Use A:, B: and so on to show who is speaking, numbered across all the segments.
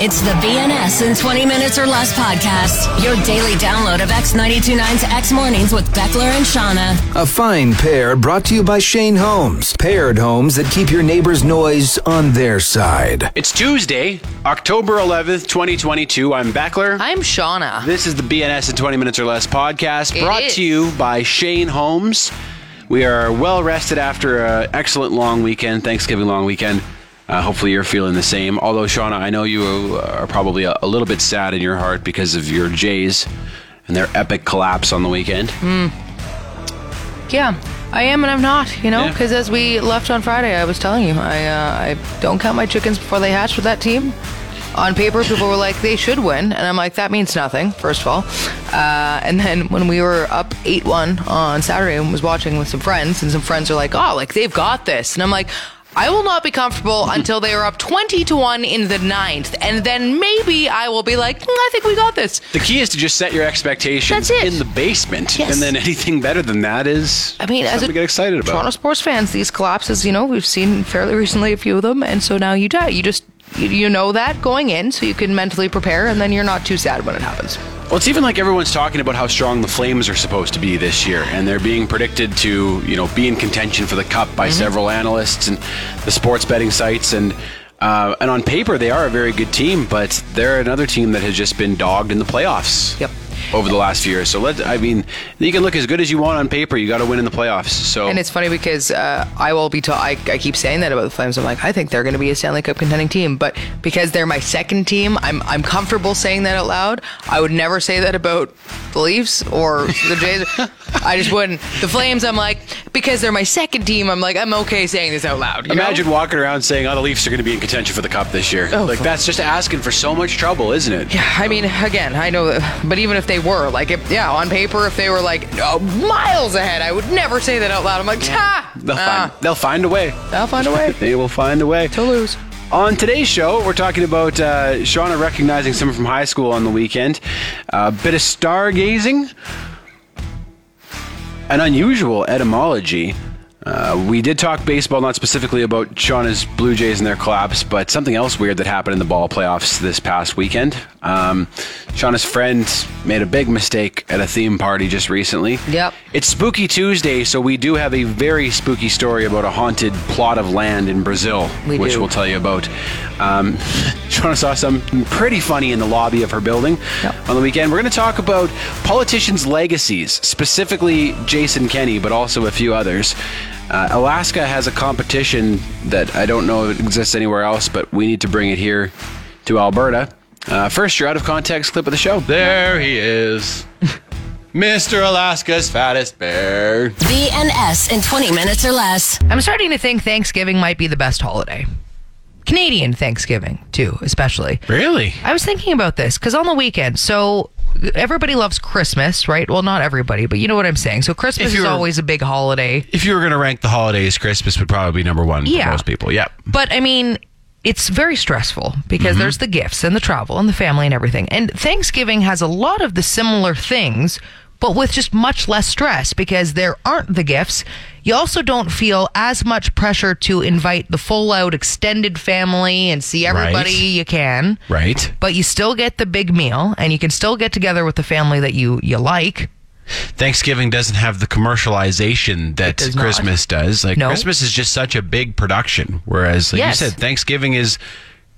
A: It's the BNS in 20 Minutes or Less podcast, your daily download of X929's X Mornings with Beckler and Shauna.
B: A fine pair brought to you by Shane Homes. Paired homes that keep your neighbor's noise on their side.
C: It's Tuesday, October 11th, 2022. I'm Beckler.
D: I'm Shauna.
C: This is the BNS in 20 Minutes or Less podcast
D: It
C: brought
D: is.
C: to you by Shane Holmes. We are well rested after an excellent long weekend, Thanksgiving long weekend. Uh, hopefully, you're feeling the same. Although, Shauna, I know you are probably a, a little bit sad in your heart because of your Jays and their epic collapse on the weekend.
D: Hmm. Yeah, I am and I'm not, you know,
C: Yeah.
D: because as we left on Friday, I was telling you, I, uh, I don't count my chickens before they hatch with that team. On paper, people were like, they should win. And I'm like, that means nothing, first of all. Uh, and then when we were up 8 1 on Saturday and was watching with some friends, and some friends are like, oh, like they've got this. And I'm like, I will not be comfortable until they are up 20 to 1 in the ninth. And then maybe I will be like, "Mm, I think we got this.
C: The key is to just set your expectations
D: That's it.
C: in the basement,
D: Yes.
C: and then anything better than that is
D: I mean, as
C: something
D: a
C: to get excited about.
D: Toronto sports fans, these collapses, you know, we've seen fairly recently a few of them, and so now you die. You just you- you know that going in, so you can mentally prepare, and then you're not too sad when it happens.
C: Well, it's even like everyone's talking about how strong the Flames are supposed to be this year, and they're being predicted to, you know, be in contention for the Cup
D: Mhm.
C: by several analysts and the sports betting sites, and uh, and on paper they are a very good team, but they're another team that has just been dogged in the playoffs.
D: Yep.
C: Over the last few years, so let I mean, you can look as good as you want on paper. You got to win in the playoffs. So
D: And it's funny because uh, I will be. Ta- I, I keep saying that about the Flames. I'm like, I think they're going to be a Stanley Cup contending team, but because they're my second team, I'm I'm comfortable saying that out loud. I would never say that about the Leafs or the Jays. I just wouldn't. The Flames. I'm like because they're my second team. I'm like I'm okay saying this out loud. you know?
C: Imagine walking around saying, "Oh, the Leafs are going to be in contention for the cup this year."
D: Oh,
C: like
D: fuck.
C: that's just asking for so much trouble, isn't it?
D: Yeah, I mean, again, I know, but even if they were, like, if, yeah, on paper, if they were like oh, miles ahead, I would never say that out loud. I'm like, ha!
C: They'll find they'll find a way.
D: Ah. they'll find a way
C: They will find a way.
D: to lose.
C: On today's show, we're talking about uh, Shauna recognizing someone from high school on the weekend, a bit of stargazing, an unusual etymology. Uh, we did talk baseball, not specifically about Shauna's Blue Jays and their collapse, but something else weird that happened in the ball playoffs this past weekend. Um, Shauna's friend made a big mistake at a theme party just recently.
D: Yep.
C: It's Spooky Tuesday, so we do have a very spooky story about a haunted plot of land in Brazil,
D: We
C: which
D: do.
C: we'll tell you about. Um, Shauna saw something pretty funny in the lobby of her building
D: Yep.
C: on the weekend. We're going to talk about politicians' legacies, specifically Jason Kenney, but also a few others. Uh, Alaska has a competition that I don't know if it exists anywhere else, but we need to bring it here to Alberta. Uh, first, your out of context clip of the show.
E: There he is. Mr. Alaska's fattest bear.
A: BNS in 20 Minutes or Less.
D: I'm starting to think Thanksgiving might be the best holiday. Canadian Thanksgiving, too, especially.
E: Really?
D: I was thinking about this because on the weekend, so everybody loves Christmas, right? Well, not everybody, but you know what I'm saying. So Christmas
E: If
D: is
E: you're-
D: always a big holiday.
E: If you were going to rank the holidays, Christmas would probably be number one
D: Yeah.
E: for most people. Yep.
D: But I mean, it's very stressful because
E: Mm-hmm.
D: there's the gifts and the travel and the family and everything. And Thanksgiving has a lot of the similar things, but with just much less stress because there aren't the gifts. You also don't feel as much pressure to invite the full out extended family and see everybody
E: Right.
D: you can.
E: Right.
D: But you still get the big meal and you can still get together with the family that you, you like.
E: Thanksgiving doesn't have the commercialization that
D: does not.
E: Christmas does. Like
D: No.
E: Christmas is just such a big production, whereas like
D: Yes.
E: you said, Thanksgiving is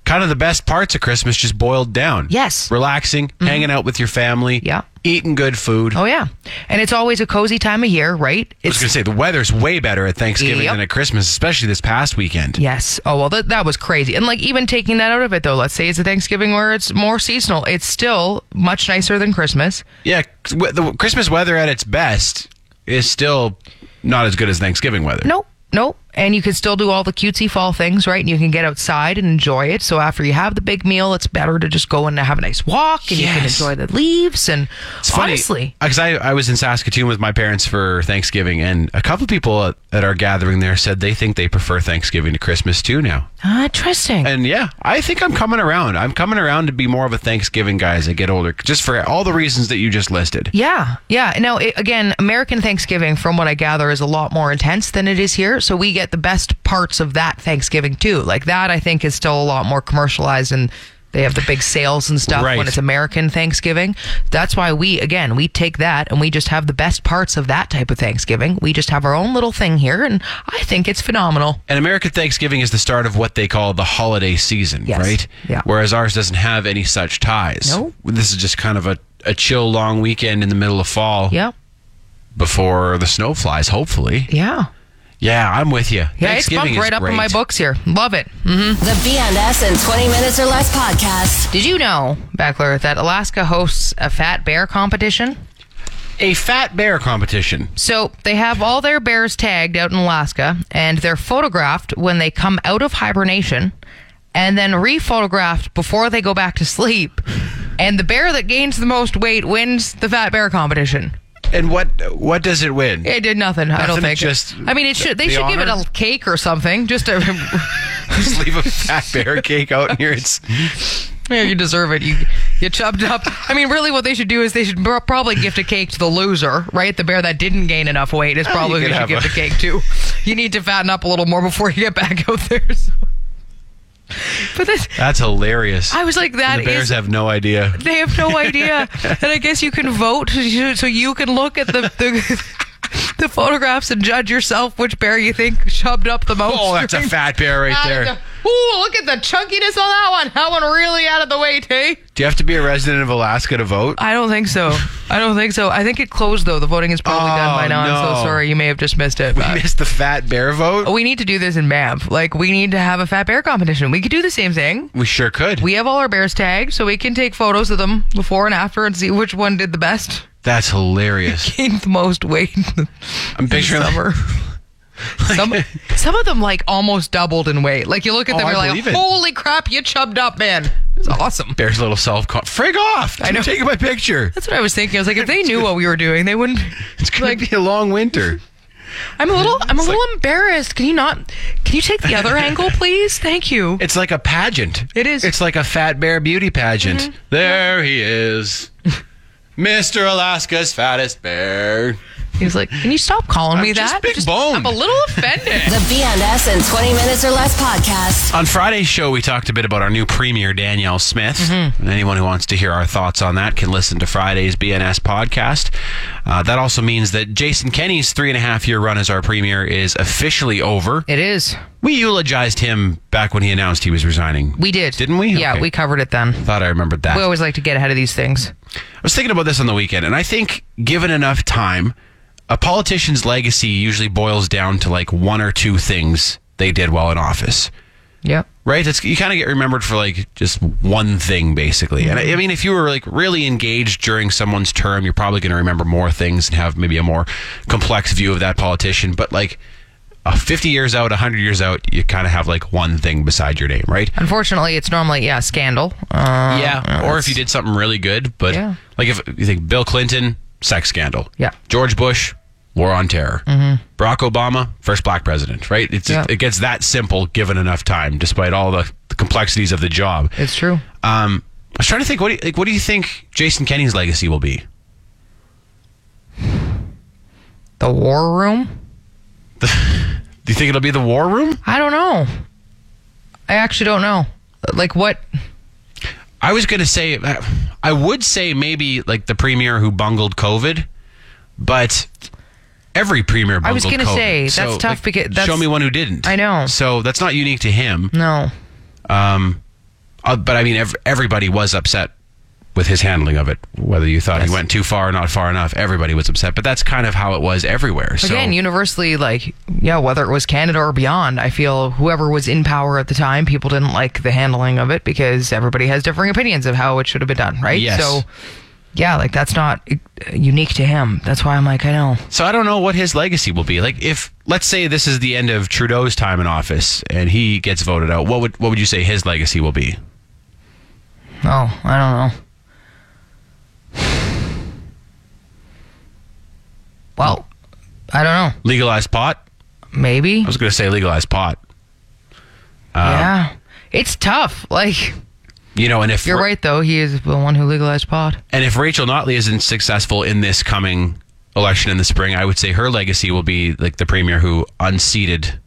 E: kind of the best parts of Christmas just boiled down.
D: Yes. Mm-hmm.
E: relaxing, hanging out with your family.
D: Yeah.
E: eating good food.
D: Oh, yeah. And it's always a cozy time of year, right?
E: I was
D: It's
E: going to say the weather's way better at Thanksgiving
D: Yep.
E: than at Christmas, especially this past weekend.
D: Yes. Oh well, that that was crazy. And like even taking that out of it though, let's say it's a Thanksgiving where it's more seasonal, it's still much nicer than Christmas.
E: Yeah, c- we- the Christmas weather at its best is still not as good as Thanksgiving weather.
D: Nope. Nope. And you can still do all the cutesy fall things, right? And you can get outside and enjoy it. So after you have the big meal, it's better to just go and have a nice walk and
E: Yes.
D: you can enjoy the leaves and
E: It's funny,
D: honestly.
E: because I, I was in Saskatoon with my parents for Thanksgiving, and a couple of people at, at our gathering there said they think they prefer Thanksgiving to Christmas too now.
D: Ah, interesting.
E: And yeah, I think I'm coming around. I'm coming around to be more of a Thanksgiving guy as I get older, just for all the reasons that you just listed.
D: Yeah, yeah. No, it, again, American Thanksgiving, from what I gather, is a lot more intense than it is here. So we get the best parts of that Thanksgiving too. Like that, I think is still a lot more commercialized and They have the big sales and stuff
E: Right.
D: when it's American Thanksgiving. That's why we, again, we take that and we just have the best parts of that type of Thanksgiving. We just have our own little thing here, and I think it's phenomenal.
E: And American Thanksgiving is the start of what they call the holiday season,
D: Yes.
E: right?
D: Yeah.
E: Whereas ours doesn't have any such ties.
D: No.
E: This is just kind of a, a chill, long weekend in the middle of fall
D: Yeah.
E: before the snow flies, hopefully.
D: Yeah.
E: Yeah, I'm with you.
D: Yeah, it's
E: Thanksgiving
D: bumped
E: is
D: right up in my
E: great.
D: books here. Love it. Mm.
A: The BNS in 20 Minutes or Less podcast.
D: Did you know, Beckler, that Alaska hosts a fat bear competition?
E: A fat bear competition.
D: So they have all their bears tagged out in Alaska, and they're photographed when they come out of hibernation, and then re-photographed before they go back to sleep. And the bear that gains the most weight wins the fat bear competition.
E: And what what does it win?
D: It did nothing. I don't
E: Nothing,
D: think.
E: just
D: I mean, it should. They
E: the
D: should give
E: honor?
D: it a cake or something. Just to,
E: Just leave a fat bear cake out here. It's
D: yeah, you deserve it. You you chubbed up. I mean, really, what they should do is they should pro- probably gift a cake to the loser, right? The bear that didn't gain enough weight is probably
E: could
D: who you should
E: have
D: gift
E: a-
D: a cake to. You need to fatten up a little more before you get back out there. so. But this,
E: that's hilarious.
D: I was like, that
E: the bears
D: is
E: have no idea.
D: they have no idea. and I guess you can vote, so you can look at the. the The photographs and judge yourself which bear you think shoved up the most.
E: Oh, that's a
D: during-
E: fat bear right
D: Out of
E: there.
D: the- Ooh, look at the chunkiness on that one. That one really out of the way, hey?
E: Do you have to be a resident of Alaska to vote?
D: I don't think so. I don't think so. I think it closed though. The voting is probably done by
E: Oh,
D: now. I'm
E: no.
D: so sorry. You may have just missed it. Uh,
E: We missed the fat bear vote.
D: we need to do this in Banff. Like we need to have a fat bear competition. We could do the same thing.
E: We sure could.
D: We have all our bears tagged, so we can take photos of them before and after and see which one did the best,
E: That's hilarious.
D: gained the most weight.
E: I'm picturing
D: summer. some some of them like almost doubled in weight. Like you look at them,
E: Oh, I
D: you're like,
E: believe it.
D: holy crap, you chubbed up, man. It's awesome.
E: Bear's little self. Con- Frig off!
D: I know.
E: Taking my picture.
D: That's what I was thinking. I was like, if they knew what we were doing, they wouldn't.
E: It's gonna
D: like,
E: be a long winter.
D: I'm a little, I'm a little embarrassed. Can you not? Can you take the other angle, please? Thank you.
E: It's like a pageant.
D: It is.
E: It's like a fat bear beauty pageant. There he is. Mr. Alaska's fattest bear.
D: He was like, can you stop calling me
E: I'm just
D: that?
E: big boned.
D: I'm a little offended.
A: The BNS in 20 Minutes or Less podcast.
E: On Friday's show, we talked a bit about our new premier, Danielle Smith. And anyone who wants to hear our thoughts on that can listen to Friday's BNS podcast. Uh, that also means that Jason Kenney's three and a half year run as our premier is officially over.
D: it is.
E: We eulogized him back when he announced he was resigning.
D: We did,
E: Didn't we?
D: Yeah,
E: Okay.
D: we covered it then.
E: Thought I remembered that.
D: We always like to get ahead of these things.
E: I was thinking about this on the weekend, and I think given enough time, a politician's legacy usually boils down to like one or two things they did while in office,
D: Yep.
E: right? It's, you kind of get remembered for like just one thing, basically. And I, I mean, if you were like really engaged during someone's term, you're probably going to remember more things and have maybe a more complex view of that politician. But like uh, 50 years out, 100 years out, you kind of have like one thing beside your name, right?
D: Unfortunately, it's normally yeah scandal. Uh,
E: Yeah, or if you did something really good, but
D: Yeah.
E: like if you think Bill Clinton, sex scandal.
D: Yeah.
E: George Bush, war on terror. Barack Obama, first black president. Right? It's
D: Mm-hmm. Yeah.
E: it gets that simple given enough time, despite all the, the complexities of the job.
D: It's true.
E: Um, I was trying to think. What do you, like? What do you think Jason Kenney's legacy will be?
D: The war room.
E: Do you think it'll be the war room?
D: I don't know. I actually don't know. Like what?
E: I was gonna say, uh, I would say maybe like the premier who bungled COVID, but every premier bungled
D: I was
E: COVID.
D: gonna say, that's
E: So,
D: tough because that's-
E: show me one who didn't.
D: I know.
E: So that's not unique to him.
D: No.
E: Um, uh, but I mean, ev- everybody was upset with his handling of it. Whether you thought he went too far or not far enough, everybody was upset. But that's kind of how it was everywhere. So
D: Again, universally, like yeah, whether it was Canada or beyond, I feel whoever was in power at the time, people didn't like the handling of it because everybody has differing opinions of how it should have been done, right?
E: Yes.
D: So yeah, like that's not uh, unique to him. That's why I'm like, I know.
E: So I don't know what his legacy will be. Like if let's say this is the end of Trudeau's time in office and he gets voted out, what would what would you say his legacy will be?
D: Oh, I don't know. Well, I don't know.
E: Legalized pot?
D: Maybe.
E: I was going to say legalized pot.
D: yeah. It's tough. Like
E: You know, and if
D: you're right though, he is the one who legalized pot.
E: and if Rachel Notley isn't successful in this coming election in the spring, I would say her legacy will be like the premier who unseated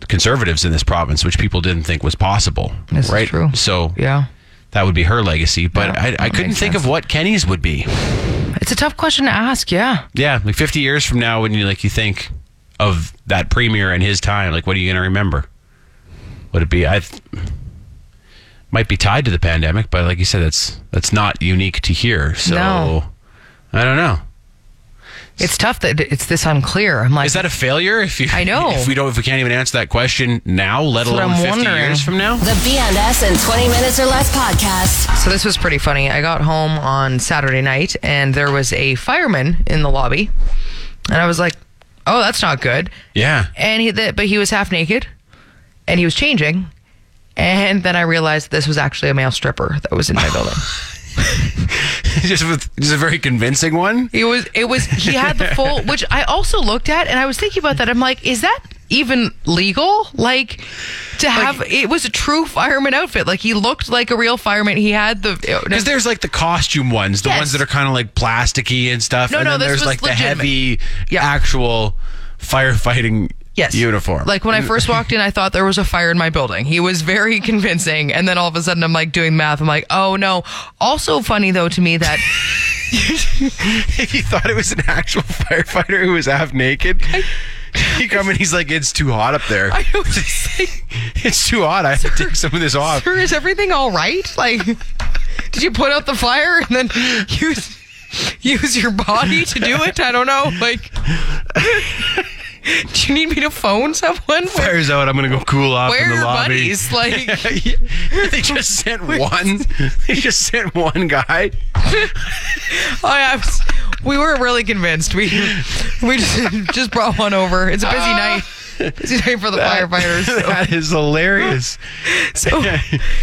E: the conservatives in this province, which people didn't think was possible.
D: This is
E: right?
D: true.
E: So
D: Yeah.
E: that would be her legacy. But I, I couldn't
D: makes
E: think of what Kenny's would be.
D: It's a tough question to ask. Yeah.
E: Yeah, like 50 years from now, when you like you think of that premier and his time, like what are you going to remember? Would it be? I might be tied to the pandemic, but like you said, that's that's not unique to here. So
D: No.
E: I don't know.
D: It's tough that it's this unclear. I'm like,
E: Is that a failure? If you,
D: I know.
E: if we don't, if we can't even answer that question now, let
D: what
E: alone
D: I'm
E: 50
D: wondering.
E: years from now.
A: The BNS in 20 Minutes or Less podcast.
D: So this was pretty funny. I got home on Saturday night and there was a fireman in the lobby. And I was like, "Oh, that's not good."
E: Yeah,
D: And he that but he was half naked and he was changing. And then I realized this was actually a male stripper that was in my building.
E: just with just a very convincing one.
D: It was it was he had the full which I also looked at and I was thinking about that. I'm like, is that even legal? Like to have it was a true fireman outfit. Like he looked like a real fireman. He had the
E: Because there's like the costume ones, the
D: Yes.
E: ones that are kind of like plasticky and stuff.
D: No,
E: and
D: no,
E: then
D: this
E: there's
D: was
E: like
D: legitimate.
E: the heavy,
D: Yeah.
E: actual firefighting
D: Yes.
E: uniform.
D: Like when I first walked in, I thought there was a fire in my building. He was very convincing. And then all of a sudden, I'm like doing math. I'm like, oh no. Also, funny though to me that
E: if you thought it was an actual firefighter who was half naked, you come and he's like, "It's too hot up there.
D: I was just like,
E: it's too hot. I have to take some of this off."
D: sir, is everything all right? Like, did you put out the fire and then use, use your body to do it? I don't know. Like, do you need me to phone someone? Where,
E: Fire's out. I'm gonna go cool off
D: where
E: in
D: are
E: the
D: your
E: lobby.
D: buddies? Like,
E: they just sent one. They just sent one guy.
D: Oh, yeah, I was- we were really convinced. We we just, just brought one over. It's a busy night. Busy night for the firefighters. So,
E: That is hilarious.
D: so-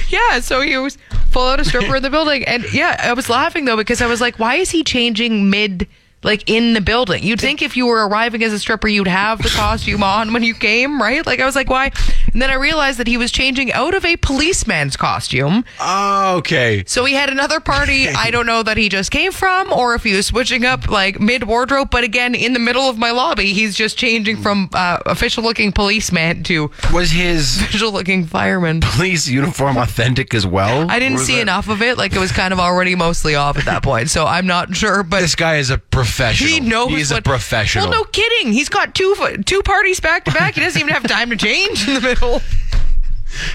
D: yeah, so he was full out a stripper in the building, and yeah, I was laughing though because I was like, why is he changing mid? Like in the building, you'd think if you were arriving as a stripper, you'd have the costume on when you came, right? Like I was like, why? And then I realized that he was changing out of a policeman's costume,
E: Oh, okay.
D: so he had another party. I don't know that he just came from or if he was switching up like mid wardrobe. But again, in the middle of my lobby, he's just changing from uh, official looking policeman to
E: Was his
D: official looking fireman.
E: police uniform authentic as well?
D: I didn't
E: Or
D: see
E: the-
D: enough of it. Like it was kind of already mostly off at that point. So I'm not sure. But
E: This guy is a professional.
D: he knows
E: He's a
D: what-
E: professional.
D: Well, no kidding. He's got two fo- two parties back to back. He doesn't even have time to change in the middle.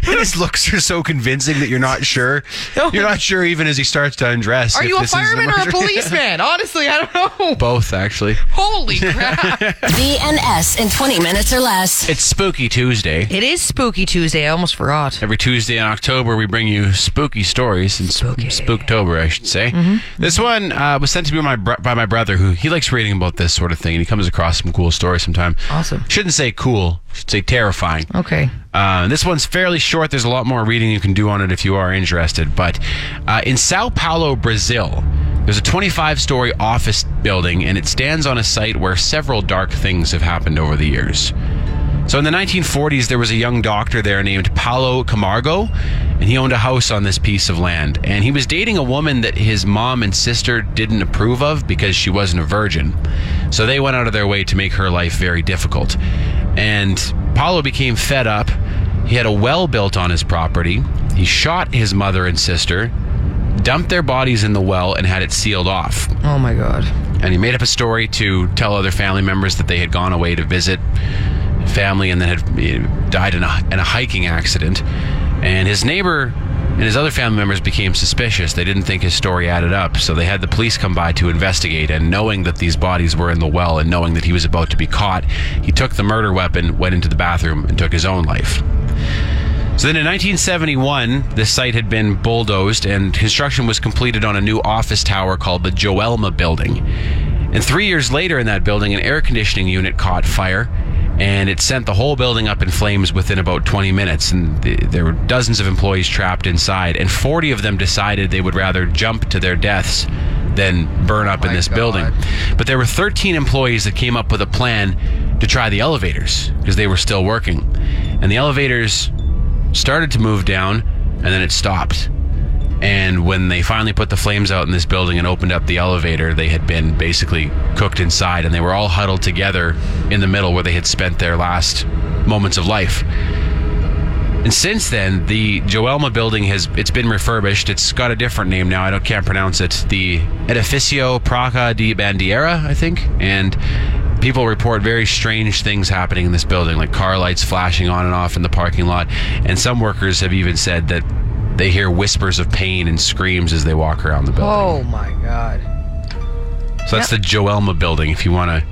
E: And his looks are so convincing that you're not sure.
D: No.
E: You're not sure even as he starts to undress.
D: Are
E: if
D: you a
E: this is an
D: fireman or a
E: emergency.
D: policeman? Honestly, I don't know.
E: Both, actually.
D: Holy crap.
A: BNS in 20 Minutes or Less.
E: It's Spooky Tuesday.
D: it is Spooky Tuesday. I almost forgot.
E: Every Tuesday in October, we bring you spooky stories and spooky. Spooktober, I should say. This one uh, was sent to me by my, bro- by my brother, who he likes reading about this sort of thing, and he comes across some cool stories sometimes.
D: Awesome. Oh.
E: Shouldn't say cool, should say terrifying.
D: Okay.
E: Uh, this one's fairly short. There's a lot more reading you can do on it if you are interested. But uh, in Sao Paulo, Brazil, there's a 25 story office building, and it stands on a site where several dark things have happened over the years. So in the 1940s, there was a young doctor there named Paulo Camargo, and he owned a house on this piece of land. And he was dating a woman that his mom and sister didn't approve of because she wasn't a virgin. So they went out of their way to make her life very difficult. And Paulo became fed up. He had a well built on his property. He shot his mother and sister, dumped their bodies in the well, and had it sealed off
D: Oh my god.
E: and he made up a story to tell other family members that they had gone away to visit family and then had eh, died in a, in a hiking accident and his neighbor and his other family members became suspicious they didn't think his story added up so they had the police come by to investigate and knowing that these bodies were in the well and knowing that he was about to be caught he took the murder weapon went into the bathroom and took his own life so then in 1971, the site had been bulldozed and construction was completed on a new office tower called the Joelma Building. And three years later, in that building, an air conditioning unit caught fire and it sent the whole building up in flames within about 20 minutes. And th- there were dozens of employees trapped inside, and 40 of them decided they would rather jump to their deaths than burn up in this building. But there were 13 employees that came up with a plan to try the elevators because they were still working. And the elevators started to move down and then it stopped. And when they finally put the flames out in this building and opened up the elevator, they had been basically cooked inside and they were all huddled together in the middle where they had spent their last moments of life. And since then, the Joelma building has it's been refurbished. It's got a different name now. I don't can't pronounce it. The Edificio Praca di Bandiera, I think. And people report very strange things happening in this building, like car lights flashing on and off in the parking lot. And some workers have even said that they hear whispers of pain and screams as they walk around the building.
D: Oh my God. Oh,
E: So that's the Joelma building. If you want to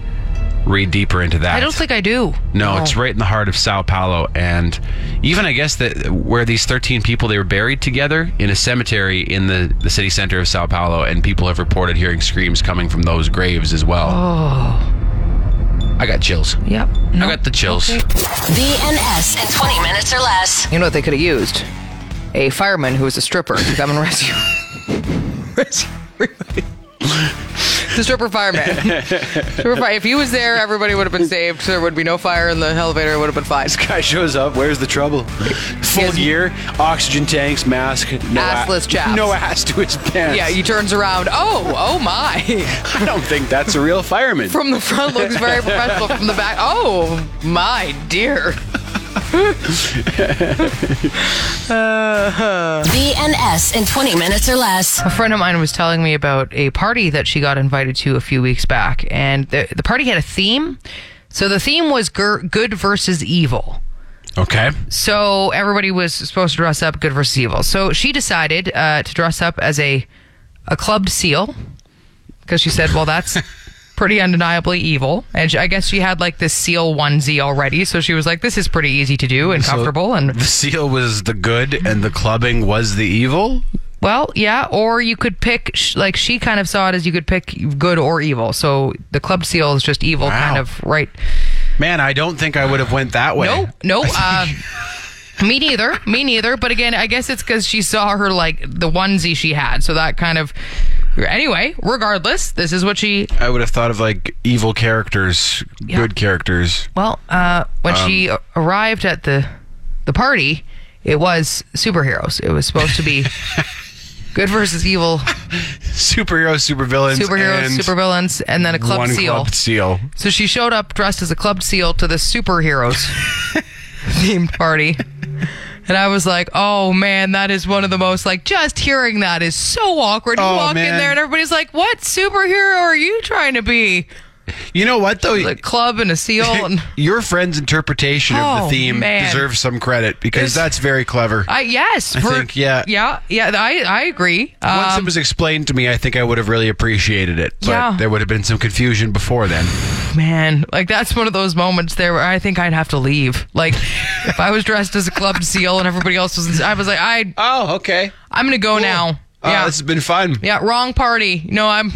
E: read deeper into that,
D: I don't think I do.
E: No,
D: Oh.
E: it's right in the heart of Sao Paulo, and even I guess that where these 13 people they were buried together in a cemetery in the, the city center of Sao Paulo, and people have reported hearing screams coming from those graves as well. Oh, I got chills.
D: Yep.
E: I got the chills.
A: BNS in 20 minutes or less.
D: You know what they could have used? A fireman who was a stripper to come and rescue. rescue everybody. The stripper fireman. stripper fire. If he was there, everybody would have been saved. There would be no fire, and the elevator would have been fine.
C: Guy shows up. Where's the trouble? Full
D: Yes.
C: gear, oxygen tanks, mask, no a-
D: Assless chaps.
C: no ass to his pants.
D: Yeah, he turns around. Oh, oh my!
C: I don't think that's a real fireman.
D: From the front looks very professional. From the back, oh my dear.
A: BNS in 20 minutes or less.
D: A friend of mine was telling me about a party that she got invited to a few weeks back, and the, the party had a theme. So the theme was gir- good versus evil.
E: Okay.
D: So everybody was supposed to dress up good versus evil. So she decided uh, to dress up as a a clubbed seal because she said, "Well, that's pretty undeniably evil." And she, I guess she had like this seal onesie already, so she was like, "This is pretty easy to do and comfortable." And
E: The seal was the good, and the clubbing was the evil.
D: Well, yeah, or you could pick sh- like she kind of saw it as you could pick good or evil. So the club seal is just evil,
E: Wow.
D: kind of right.
E: Man, I don't think I would have went that way.
D: No, no. Uh, me neither. Me neither. But again, I guess it's because she saw her like the onesie she had. So that kind of. Anyway, regardless, this is what she.
E: I would have thought of like evil characters, good characters.
D: Well, uh, when she
E: Um.
D: a- arrived at the the party, it was superheroes. It was supposed to be good versus evil,
E: Superheroes, supervillains,
D: superheroes,
E: and
D: supervillains, and then a club
E: one
D: seal.
E: clubbed seal.
D: So she showed up dressed as a club seal to the superheroes themed party. And I was like, oh man, that is one of the most like just hearing that is so awkward. You
E: Oh,
D: walk in
E: man.
D: there and everybody's like, What superhero are you trying to be?
E: You know what though?
D: A club and a seal and
E: Your friend's interpretation of
D: Oh,
E: the theme
D: man.
E: deserves some credit because
D: It's- Uh,
E: that's very clever.
D: I yes.
E: I think, yeah.
D: Yeah, yeah, I, I agree.
E: Once
D: Um,
E: it was explained to me, I think I would have really appreciated it. But
D: Yeah.
E: there would have been some confusion before then.
D: man, like that's one of those moments there where I think I'd have to leave. Like if I was dressed as a club seal and everybody else was I was like, I
E: Oh, okay.
D: I'm gonna go now.
E: yeah. this has been fun.
D: Yeah, wrong party. No, I'm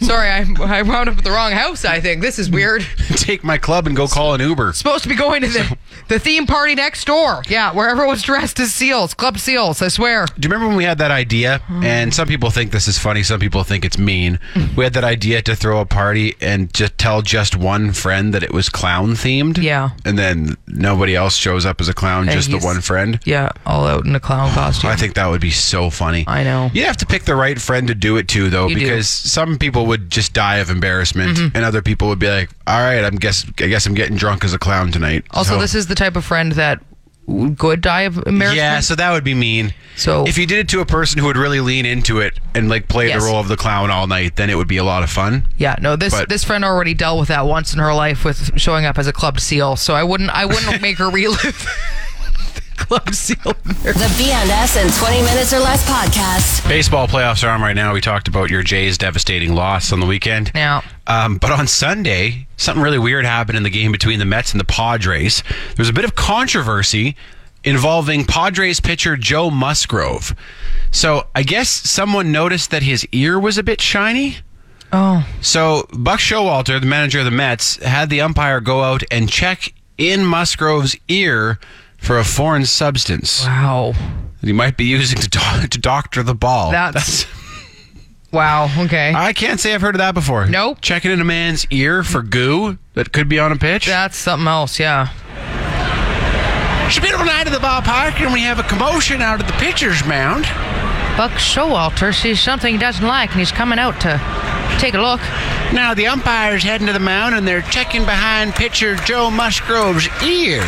D: sorry. I, I wound up at the wrong house, I think. This is weird.
E: Take my club and go call an Uber.
D: Supposed to be going to the, the theme party next door. Yeah, where everyone's dressed as seals, club seals, I swear.
E: Do you remember when we had that idea?
D: Hmm.
E: And some people think this is funny, some people think it's mean. We had that idea to throw a party and to tell just one friend that it was clown themed.
D: Yeah.
E: And then nobody else shows up as a clown,
D: And
E: just the
D: he's-
E: one friend.
D: Yeah, all out in a clown costume.
E: I think that would be so funny.
D: I know.
E: You'd have to pick the right friend to do it to, though,
D: You do. Mm-hmm.
E: because some people would just die of embarrassment, and other people would be like, "All right, I'm guess I guess I'm getting drunk as a clown tonight."
D: also, this is the type of friend that w- could die of embarrassment.
E: yeah, so that would be mean.
D: So-
E: if you did it to a person who would really lean into it and like play
D: Yes.
E: the role of the clown all night, then it would be a lot of fun.
D: Yeah, no, this
E: But-
D: this friend already dealt with that once in her life with showing up as a club seal, so I wouldn't I wouldn't make her relive the club seal
A: The BNS in 20 minutes or less podcast.
E: Baseball playoffs are on right now. We talked about your Jays' devastating loss on the weekend.
D: Yeah.
E: Um, but on Sunday, something really weird happened in the game between the Mets and the Padres. There was a bit of controversy involving Padres pitcher Joe Musgrove. So I guess someone noticed that his ear was a bit shiny.
D: Oh.
E: So Buck Showalter, the manager of the Mets, had the umpire go out and check in Musgrove's ear for a foreign substance
D: Wow.
E: that he might be using to, do- to doctor the ball.
D: That's- Wow, okay.
E: I can't say I've heard of that before.
D: Nope.
E: Checking in a man's ear for goo that could be on a pitch.
D: That's something else, yeah.
E: It's a beautiful night at the ballpark, and we have a commotion out at the pitcher's mound.
D: Buck Showalter sees something he doesn't like, and he's coming out to take a look.
E: Now the umpire's heading to the mound, and they're checking behind pitcher Joe Musgrove's ear.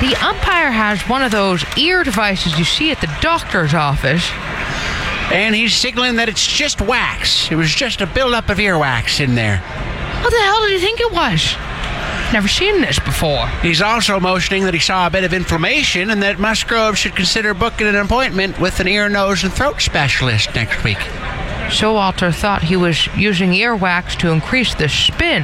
D: The umpire has one of those ear devices you see at the doctor's office.
F: And he's signaling that it's just wax. It was just a buildup of earwax in there.
D: What the hell did he think it was? Never seen this before.
F: He's also motioning that he saw a bit of inflammation and that Musgrove should consider booking an appointment with an ear, nose, and throat specialist next week.
D: Showalter thought he was using earwax to increase the spin.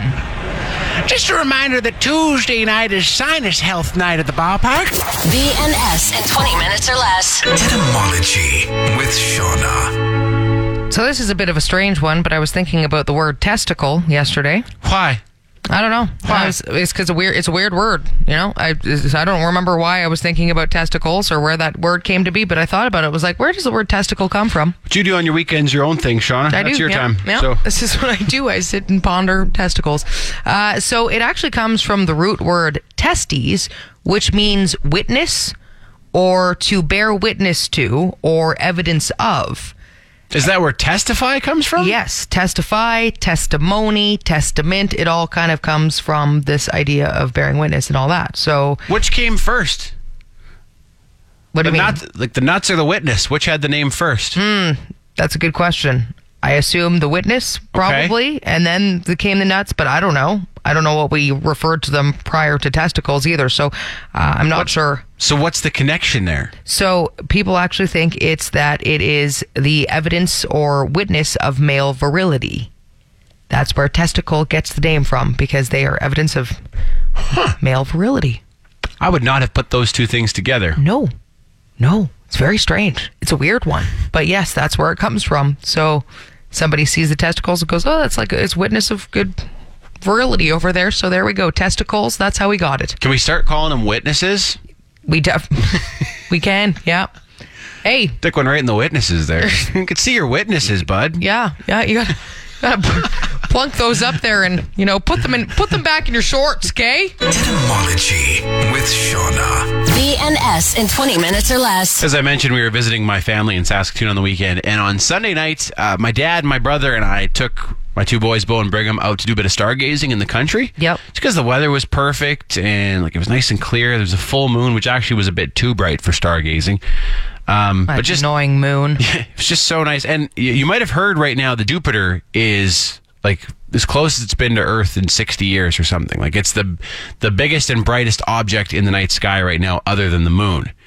F: Just a reminder that Tuesday night is Sinus Health Night at the ballpark.
A: BNS in 20 minutes or less.
G: Etymology with Shauna.
D: So this is a bit of a strange one, but I was thinking about the word testicle yesterday.
F: Why?
D: I don't know. I was, it's because a weird. It's a weird word. You know, I it's- I don't remember why I was thinking about testicles or where that word came to be, but I thought about it. It Was like, where does the word testicle come from?
C: What you do on your weekends, your own thing, Shauna.
D: I
C: That's
D: do.
C: your
D: yeah,
C: time.
D: Yeah,
C: So
D: this is what I do. I sit and ponder testicles. Uh, so it actually comes from the root word testes, which means witness or to bear witness to or evidence of.
C: is that where testify comes from?
D: Yes, testify, testimony, testament. It all kind of comes from this idea of bearing witness and all that. So,
C: Which came first?
D: what do
C: The
D: you mean? Hmm.
C: nuts, like the nuts or the witness? Which had the name first?
D: That's a good question. I assume the witness probably, and then the, came the nuts, but I don't know. I don't know what we referred to them prior to testicles either, so uh, I'm not sure.
C: So what's the connection there?
D: So people actually think it's that it is the evidence or witness of male virility. That's where testicle gets the name from because they are evidence of male virility.
C: I would not have put those two things together.
D: No, no, it's very strange. It's a weird one, but yes, that's where it comes from. So somebody sees the testicles and goes, "Oh, that's like it's witness of good virility over there." So there we go, testicles. That's how we got it.
C: Can we start calling them witnesses?
D: We def, we can, yeah. Hey,
C: Stick one right in the witnesses there. you could see your witnesses, bud.
D: yeah, yeah, you got. Gotta pl- plunk those up there and you know put them in put them back in your shorts okay
G: Etymology with Shauna.
A: BNS in 20 minutes or less.
E: As I mentioned, we were visiting my family in Saskatoon on the weekend, and on Sunday nights, uh, my dad, my brother, and I took my two boys, Bo and Brigham, out to do a bit of stargazing in the country.
D: Yep.
E: It's because the weather was perfect and like it was nice and clear. There was a full moon, which actually was a bit too bright for stargazing. Um, but
D: That
E: just
D: annoying moon
E: it was just so nice. And y- you might have heard right now the Jupiter is like as close as it's been to Earth in 60 years or something. Like it's the the biggest and brightest object in the night sky right now, other than the moon.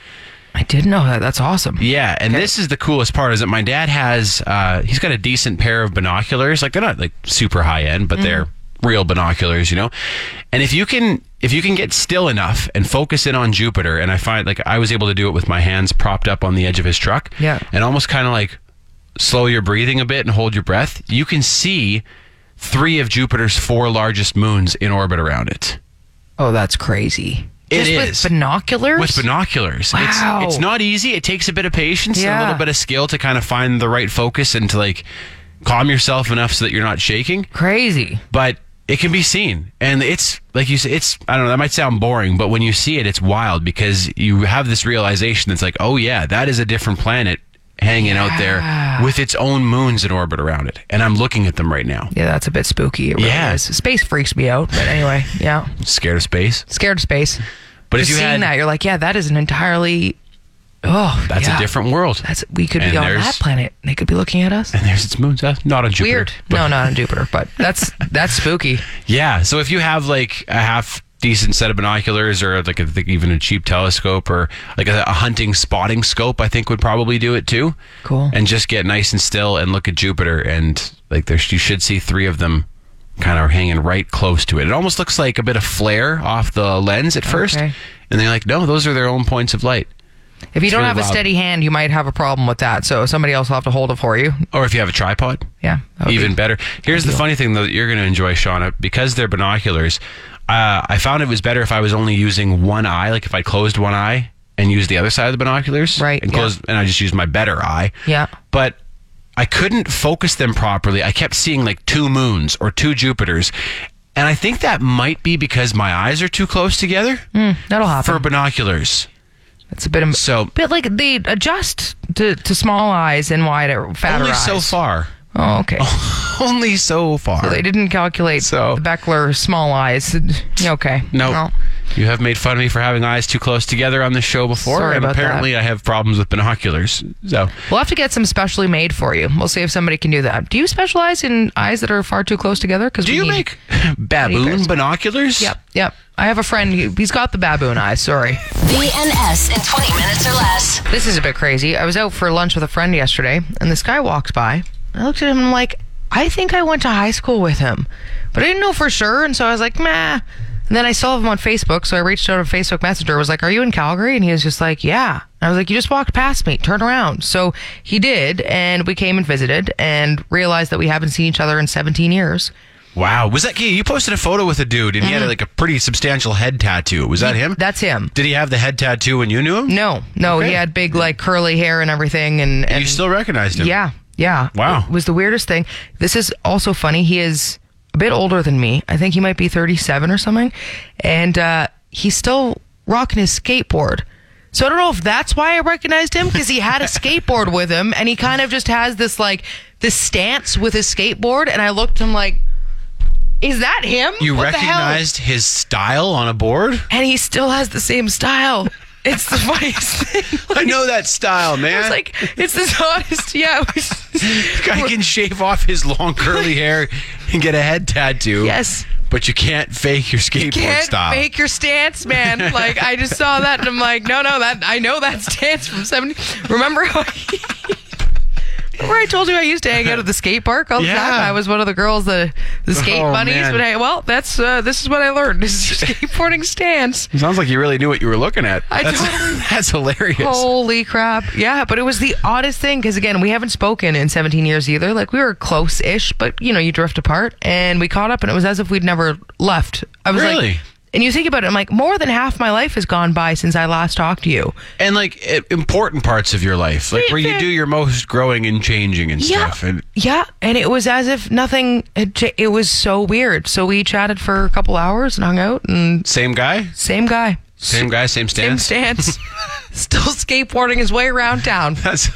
D: i didn't know that that's awesome
E: Yeah, and this is the coolest part is that my dad has uh, he's got a decent pair of binoculars. Like they're not like super high end, but they're real binoculars, you know. And if you can if you can get still enough and focus in on Jupiter, and I find like I was able to do it with my hands propped up on the edge of his truck,
D: Yeah.
E: and almost kind of like slow your breathing a bit and hold your breath, you can see three of Jupiter's four largest moons in orbit around it.
D: oh that's crazy
E: It
D: just
E: is.
D: with binoculars
E: With binoculars.
D: Wow.
E: It's, it's not easy. It takes a bit of patience and
D: Yeah.
E: a little bit of skill to kind of find the right focus and to like calm yourself enough so that you're not shaking.
D: crazy
E: But it can be seen. And it's like you say, it's, I don't know, that might sound boring, but when you see it, it's wild because you have this realization that's like, oh yeah, that is a different planet hanging out there with its own moons in orbit around it. And I'm looking at them right now.
D: Yeah, that's a bit spooky. It really
E: Yeah.
D: is. Space freaks me out. But anyway, yeah.
E: Scared of space.
D: Scared of space.
E: But
D: Just
E: if you
D: seeing
E: had,
D: that, you're like, yeah, that is an entirely Oh
E: that's
D: yeah.
E: a different world.
D: that's we could
E: And
D: be on
E: there's-
D: that planet. They could be looking at us.
E: and there's its moons. Uh, Not on Jupiter.
D: Weird.
E: but-
D: No, not on Jupiter, but that's that's spooky.
E: Yeah. So if you have like a half decent set of binoculars or like I think even a cheap telescope or like a, a hunting spotting scope, I think would probably do it too.
D: Cool.
E: And just get nice and still and look at Jupiter and like there's you should see three of them kind of hanging right close to it. It almost looks like a bit of flare off the lens at first.
D: Okay.
E: And they're like, no, those are their own points of light.
D: If you don't
E: really
D: have a
E: wild.
D: steady hand, you might have a problem with that. So somebody else will have to hold it for you.
E: Or if you have a tripod.
D: Yeah. that would
E: even
D: be-
E: better. Here's the funny thing though that you're going to enjoy, Shauna, because they're binoculars. Uh, I found it was better if I was only using one eye, like if I closed one eye and used the other side of the binoculars,
D: Right,
E: And
D: yeah.
E: closed, and I just used my better eye.
D: Yeah.
E: But I couldn't focus them properly. I kept seeing like two moons or two Jupiters, and I think that might be because my eyes are too close together
D: That'll
E: for
D: happen.
E: binoculars.
D: it's a bit of
E: So
D: bit like they adjust to, to small eyes and wider, fatter
E: only
D: eyes.
E: so far.
D: Oh, okay.
E: Only so far.
D: They didn't calculate
E: So-
D: the Beckler small eyes. Okay.
E: No.
D: Well,
E: You have made fun of me for having eyes too close together on this show before,
D: Sorry
E: and
D: about that.
E: apparently I have problems with binoculars. So
D: We'll have to get some specially made for you. We'll see if somebody can do that. Do you specialize in eyes that are far too close together? Because
E: Do you make baboon
D: Papers.
E: binoculars?
D: Yep, yep. I have a friend. who- He's got the baboon eye. Sorry.
A: BNS in 20 minutes or less.
D: This is a bit crazy. I was out for lunch with a friend yesterday, and this guy walked by. I looked at him and I'm like, I think I went to high school with him, but I didn't know for sure, and so I was like, meh. And then I saw him on Facebook, so I reached out on Facebook Messenger, was like, Are you in Calgary? And he was just like, Yeah. And I was like, You just walked past me, turn around. So he did, and we came and visited and realized that we haven't seen each other in 17 years.
E: Wow. Was that you posted a photo with a dude and he
D: Mm-hmm.
E: had like a pretty substantial head tattoo. Was that him?
D: That's him.
E: Did he have the head tattoo when you knew him?
D: No, no, he had big, like, curly hair and everything. And,
E: And
D: and
E: you still recognized him?
D: Yeah, yeah.
E: Wow.
D: It was the weirdest thing. This is also funny. He is a bit older than me. I think he might be 37 or something. And uh, he's still rocking his skateboard. So I don't know if that's why I recognized him because he had a skateboard with him and he kind of just has this like this stance with his skateboard. And I looked at him like, is that him?
E: You
D: What the hell?"
E: recognized his style on a board?
D: And he still has the same style. It's the funniest thing.
E: I know that style, man.
D: It's like, it's this honest. Yeah. it was-
E: guy can shave off his long curly hair and get a head tattoo.
D: Yes.
E: But you can't fake your skateboard
D: can't
E: style.
D: make your stance, man. Like I just saw that and I'm like, no, no, that I know that stance from seventy. Remember how? I- Remember I told you I used to hang out at the skate park all the
E: Yeah.
D: time. I was one of the girls, the the skate
E: Oh,
D: bunnies.
E: man.
D: But hey, well, that's uh, this is what I learned. This is your skateboarding stance.
E: Sounds like you really knew what you were looking at.
D: I
E: that's,
D: totally- Oh.
E: that's hilarious.
D: Holy crap. Yeah, but it was the oddest thing because, again, we haven't spoken in 17 years either. Like, we were close ish, but you know, you drift apart. And we caught up, and it was as if we'd never left. I was like,
E: Really?
D: and you think about it, I'm like, more than half my life has gone by since I last talked to you.
E: and like i- important parts of your life, like where you do your most growing and changing and stuff. And
D: yeah. And it was as if nothing had cha- It was so weird. So we chatted for a couple hours and hung out, and
E: same guy,
D: same guy,
E: same guy, same
D: same
E: stance.
D: stance, still skateboarding his way around town.
E: That's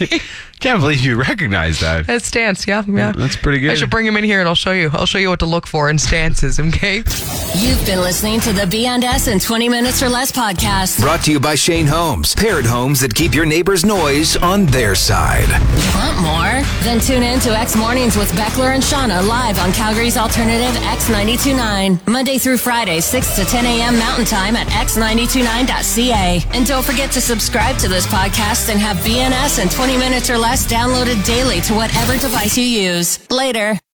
E: can't believe you recognize that.
D: That stance, yeah, yeah.
E: That's pretty
D: I
E: good.
D: should bring him in here and I'll show you. I'll show you what to look for in stances, okay?
A: You've been listening to the BNS in 20 minutes or less podcast.
B: Brought to you by Shane Holmes, paired homes that keep your neighbor's noise on their side.
A: Want more? Then tune in to X Mornings with Beckler and Shauna live on Calgary's alternative X929. Monday through Friday, 6 to 10 a.m. Mountain Time at x929.ca. And don't forget to subscribe to this podcast and have BNS in 20 minutes or less downloaded daily to whatever device you use. Later.